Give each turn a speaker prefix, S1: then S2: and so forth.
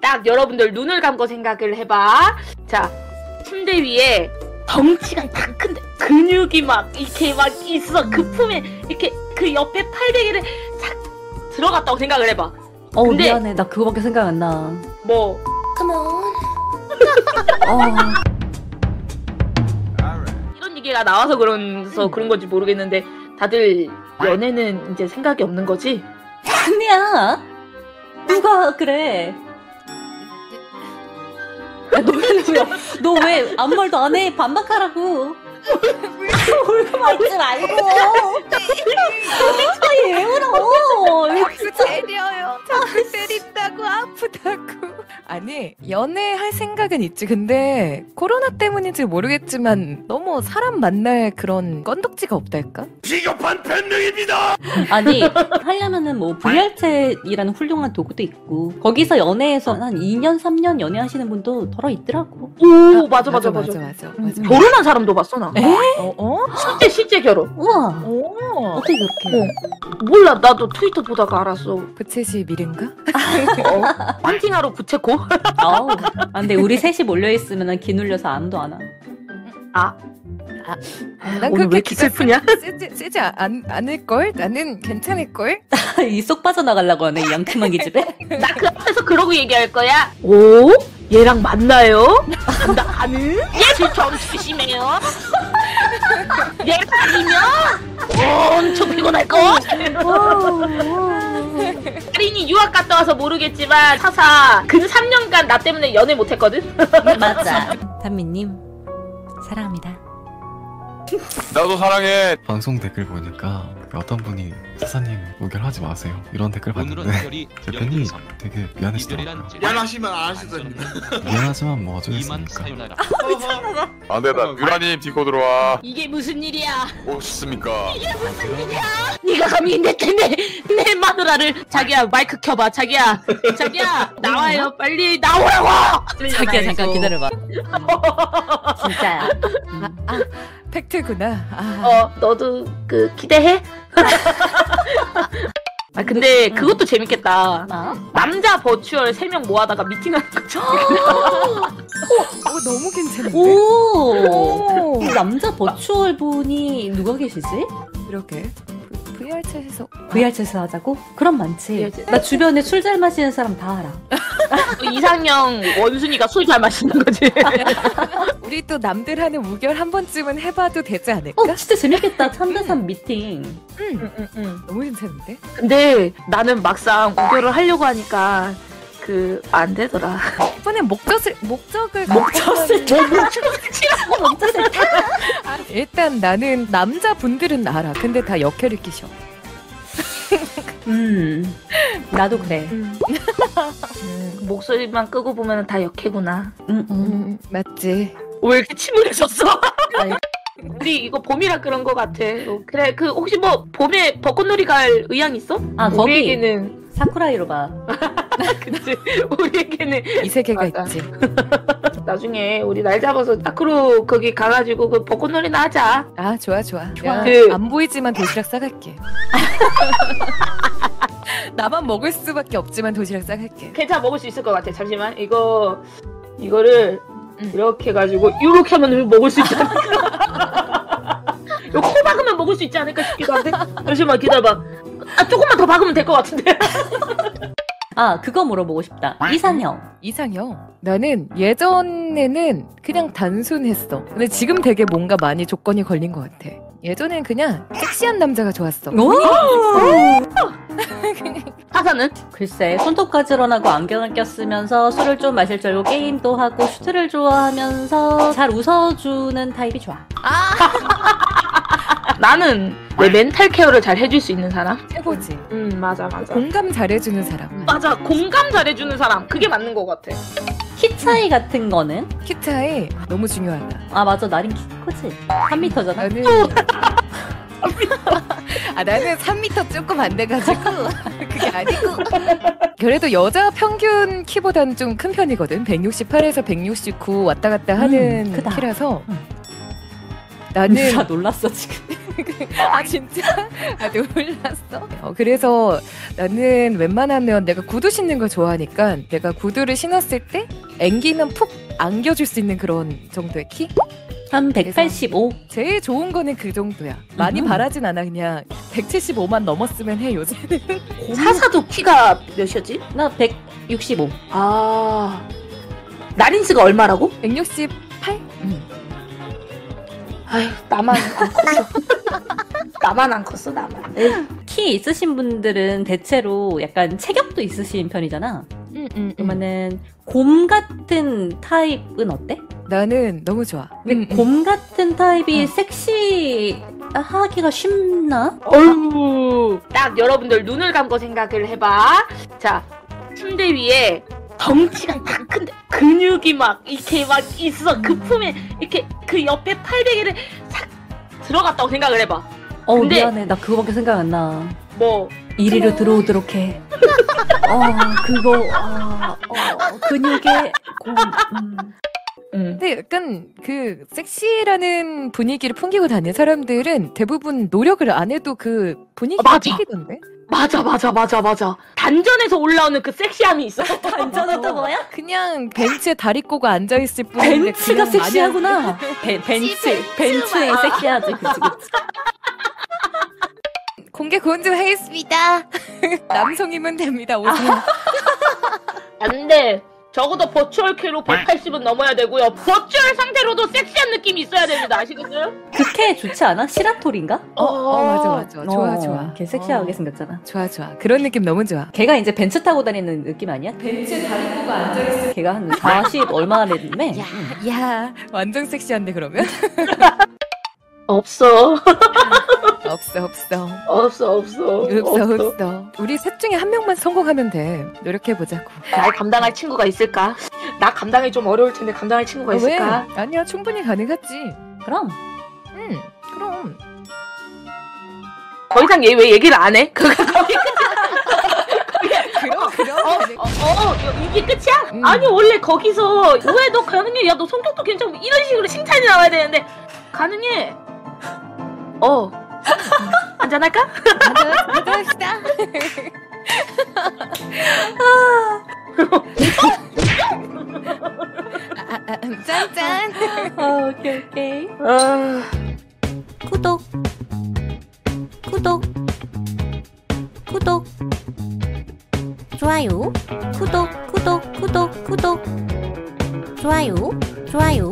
S1: 딱 여러분들 눈을 감고 생각을 해봐. 자, 침대 위에 덩치가 딱 큰데 근육이 막 이렇게 막 있어. 그 품에 이렇게 그 옆에 팔베개를 착 들어갔다고 생각을 해봐.
S2: 어
S1: 근데-
S2: 미안해 나 그거밖에 생각 안 나.
S1: 뭐
S2: 어,
S1: 이런 얘기가 나와서 그런서 그런 건지 모르겠는데 다들 연애는 이제 생각이 없는 거지?
S2: 아니야. 누가 그래? 너왜 아무 말도 안 해? 반박하라고. 울고 말지 말고. 아얘 울어. 이거 진짜.
S3: 때려요. 자꾸 때린다고 아, 아프다고. 아니 연애할 생각은 있지. 근데 코로나 때문인지 모르겠지만 너무 사람 만날 그런 건덕지가 없달까?
S4: 비겁한 변명입니다.
S2: 아니 하려면은 뭐 VR챗이라는 훌륭한 도구도 있고 거기서 연애해서 한 2년 3년 연애하시는 분도 더러 있더라고.
S1: 오 맞아 맞아 맞아.
S3: 맞아 맞아. 맞아.
S1: 결혼한 사람도 봤어 나.
S3: 어? 어?
S1: 실제 실제 결혼.
S2: 우와.
S3: 어?
S2: 어떻게 그렇게?
S1: 몰라 나도 트위터 보다가 알았어.
S3: 부채시 미른가?
S1: 어? 헌팅하러 부채코?
S2: 아우. 아, 근데 우리 셋이 몰려 있으면은 기눌려서 아무도 안 와.
S3: 난
S1: 오늘 왜
S3: 그렇게
S1: 이렇게 슬프냐?
S3: 쓰지 쓰지 않, 않을 걸? 나는 괜찮을 걸?
S2: 이 쏙 빠져나가려고 하네 이 양큼한 기집애.
S1: 나 그 앞에서 그러고 얘기할 거야. 오? 얘랑 만나요? 나 가는? 얘 실점 조심해요. 얘 아니면 엄청 피곤할 거. 아린이 유학 갔다 와서 모르겠지만 사사 근 3년간 나 때문에 연애 못했거든.
S2: 맞아. 담미님 사랑합니다.
S4: 나도 사랑해.
S5: 방송 댓글 보니까 그 어떤 분이 사사님 우결하지 마세요 이런 댓글
S6: 오늘은
S5: 봤는데
S6: 특별히
S5: 대표님
S6: 연결 삼.
S5: 되게 네.
S6: 이별이란
S5: 미안했어요
S6: 제-
S4: 미안하시면 안 하시더니.
S5: 미안하지만 뭐
S6: 이만
S5: 어쩌겠습니까
S6: 사유나라.
S4: 안 돼, 나 유라님 디코 들어와. 뭐
S1: 이게 무슨 일이야?
S4: 오셨습니까?
S1: 네가 감히 내 때문에 내 마누라를 자기야 마이크 켜봐 자기야 자기야 나와요 빨리 나오라고.
S2: 자기야 잠깐 기다려봐. 진짜야.
S3: 아, 아 팩트구나. 아,
S1: 어, 너도 그 기대해? 아 근데 그것도 재밌겠다.
S2: 어?
S1: 남자 버추얼 3명 모아다가 미팅하는 거죠.
S3: 어, 너무 괜찮은데.
S2: 오.
S3: 오.
S2: 이 남자 버추얼 분이 누가 계시지?
S3: 이렇게 VR챗에서
S2: VR챗을 하자고? 그럼 많지.
S1: VR챗.
S2: 나 주변에 술 잘 마시는 사람 다 알아. 어,
S1: 이상형 원순이가 술 잘 마시는 거지.
S3: 우리 또 남들 하는 우결 한 번쯤은 해봐도 되지 않을까?
S2: 어, 진짜 재밌겠다. 3대3 미팅.
S1: 음,
S3: 응. 너무 괜찮은데?
S1: 근데 나는 막상 우결을 하려고 하니까 그 안 되더라.
S3: 이번엔 목젖을 목적을 목젖을
S1: 뭐?
S2: 엄청
S3: 일단 나는 남자분들은 알아. 근데 다 역혈을 끼셔.
S2: 음. 나도 그래.
S1: 음. 목소리만 끄고 보면 다 역해구나.
S2: 음, 음.
S3: 음, 맞지.
S1: 왜 이렇게 침울해졌어? 아, 예. 우리 이거 봄이라 그런 거 같아. 어, 그래 그 혹시 뭐 봄에 벚꽃놀이 갈 의향 있어?
S2: 아, 거기
S1: 우리에게는
S2: 사쿠라이로 가.
S1: 그치 우리에게는
S3: 이 세계가
S1: 맞아.
S3: 있지.
S1: 나중에 우리 날 잡아서 다크로 거기 가가지고 그 벚꽃놀이나 하자.
S3: 아 좋아 좋아.
S1: 좋아.
S3: 야,
S1: 그-
S3: 안 보이지만 도시락 싸갈게. 나만 먹을 수밖에 없지만 도시락 싸갈게.
S1: 괜찮아 먹을 수 있을 것 같아. 잠시만 이거 이거를
S3: 응.
S1: 이렇게 가지고 이렇게 하면 먹을 수 있지 않을까? 이거 코 박으면 먹을 수 있지 않을까 싶기도 한데 잠시만 기다려봐. 아 조금만 더 박으면 될 것 같은데.
S2: 아, 그거 물어보고 싶다. 이상형.
S3: 이상형. 나는 예전에는 그냥 단순했어. 근데 지금 되게 뭔가 많이 조건이 걸린 것 같아. 예전엔 그냥 섹시한 남자가 좋았어.
S1: 사사는
S2: 글쎄, 손톱까지 일어나고 안경을 꼈으면서 술을 좀 마실 줄 알고 게임도 하고 슈트를 좋아하면서 잘 웃어주는 타입이 좋아.
S1: 나는 내 멘탈 케어를 잘 해줄 수 있는 사람.
S3: 최고지.
S1: 음 맞아 맞아.
S3: 공감 잘해주는 사람.
S1: 맞아 공감 잘해주는 사람 그게 맞는 것 같아.
S2: 키 차이 같은 거는?
S3: 키 차이 너무 중요하다.
S2: 아, 맞아. 나린 키 크지? 3m잖아.
S3: 나는 아 나는 3m 조금 안 돼가지고 그게 아니고 그래도 여자 평균 키보다는 좀 큰 편이거든. 168에서 169 왔다 갔다 하는
S2: 음, 크다.
S3: 키라서
S2: 음.
S3: 나는
S2: 다 놀랐어, 지금.
S3: 아 진짜? 아 놀랐어? 어, 그래서 나는 웬만하면 내가 구두 신는 걸 좋아하니까 내가 구두를 신었을 때 앵기면 푹 안겨줄 수 있는 그런 정도의 키?
S2: 한 185.
S3: 제일 좋은 거는 그 정도야. 많이
S2: 음.
S3: 바라진 않아 그냥 175만 넘었으면 해 요새는.
S1: 사사도 키가 몇이었지?
S2: 나 165.
S1: 아 나린스가 얼마라고?
S3: 168? 음.
S1: 아휴 나만 안 컸어 나만 안 컸어 나만 에이.
S2: 키 있으신 분들은 대체로 약간 체격도 있으신 편이잖아.
S3: 음, 음, 음.
S2: 그러면은 곰 같은 타입은 어때?
S3: 나는 너무 좋아.
S2: 근데 곰 같은
S3: 음.
S2: 타입이 아, 섹시하기가 쉽나?
S1: 어휴 딱 여러분들 눈을 감고 생각을 해봐 자 침대 위에 덩치가 딱 큰데 근육이 막 이렇게 막 있어 그 품에 이렇게 그 옆에 팔베개를 싹 들어갔다고 생각을 해봐
S2: 어
S1: 근데-
S2: 미안해 나 그거밖에 생각 안 나.
S1: 뭐
S2: 이리로 들어오도록 해. 어 그거 어, 어, 근육에 곰. 음.
S1: 음.
S3: 근데 약간 그 섹시라는 분위기를 풍기고 다니는 사람들은 대부분 노력을 안 해도 그 분위기가
S1: 어, 맞아.
S3: 풍기던데.
S1: 맞아 맞아 맞아 맞아 단전에서 올라오는 그 섹시함이 있어
S2: 반전은 또 뭐야?
S3: 그냥 벤치에 다리 꼬고 앉아 있을 뿐인데
S2: 어, 벤츠가
S3: 그냥
S2: 섹시하구나. 벤, 벤츠 벤츠의 섹시하지 그치 그치.
S3: 마냥 공개 건조하겠습니다. 남성이면
S2: 아,
S3: 됩니다. 오늘
S1: 안돼 아, 적어도 버추얼 키로 180은 넘어야 되고요 버추얼 상태로도 섹시한 느낌이 있어야 됩니다 아시겠어요?
S2: 극해 좋지 않아? 시라톨인가?
S1: 어,
S3: 어 맞아 맞아. 좋아
S2: 어,
S3: 좋아.
S2: 걔 섹시하게
S3: 어,
S2: 생겼잖아.
S3: 좋아 좋아. 그런 느낌 너무 좋아.
S2: 걔가 이제 벤츠 타고 다니는 느낌 아니야?
S3: 벤치에 다리 꼬고 앉아 있을
S2: 걔가 한 40 얼마나 됐네.
S3: 야 완전 섹시한데 그러면
S1: 없어
S3: 없어 없어
S1: 없어 없어
S3: 없어 없어. 우리 셋 중에 한 명만 성공하면 돼. 노력해 보자고. 아,
S1: 날 감당할 친구가 있을까? 나 감당이 좀 어려울 텐데 감당할 친구가
S3: 왜?
S1: 있을까?
S3: 아니야 충분히 가능하지.
S2: 그럼
S3: 응 그럼.
S1: 더 이상 얘 왜 얘기를 안 해? 그거 거기
S3: 그럼
S1: 어,
S3: 그럼.
S1: 어, 어, 이게 끝이야?
S3: 음.
S1: 아니 원래 거기서 왜 너 가능해? 야 너 성격도 괜찮고 이런 식으로 칭찬이 나와야 되는데 가능해. 어. 한잔할까?
S3: 가져갑시다. 아, 아, 음, 짠짠.
S2: 아, 오케이 오케이.
S1: 아...
S2: 구독 구독 구독 좋아요 구독 구독 구독 구독 좋아요 좋아요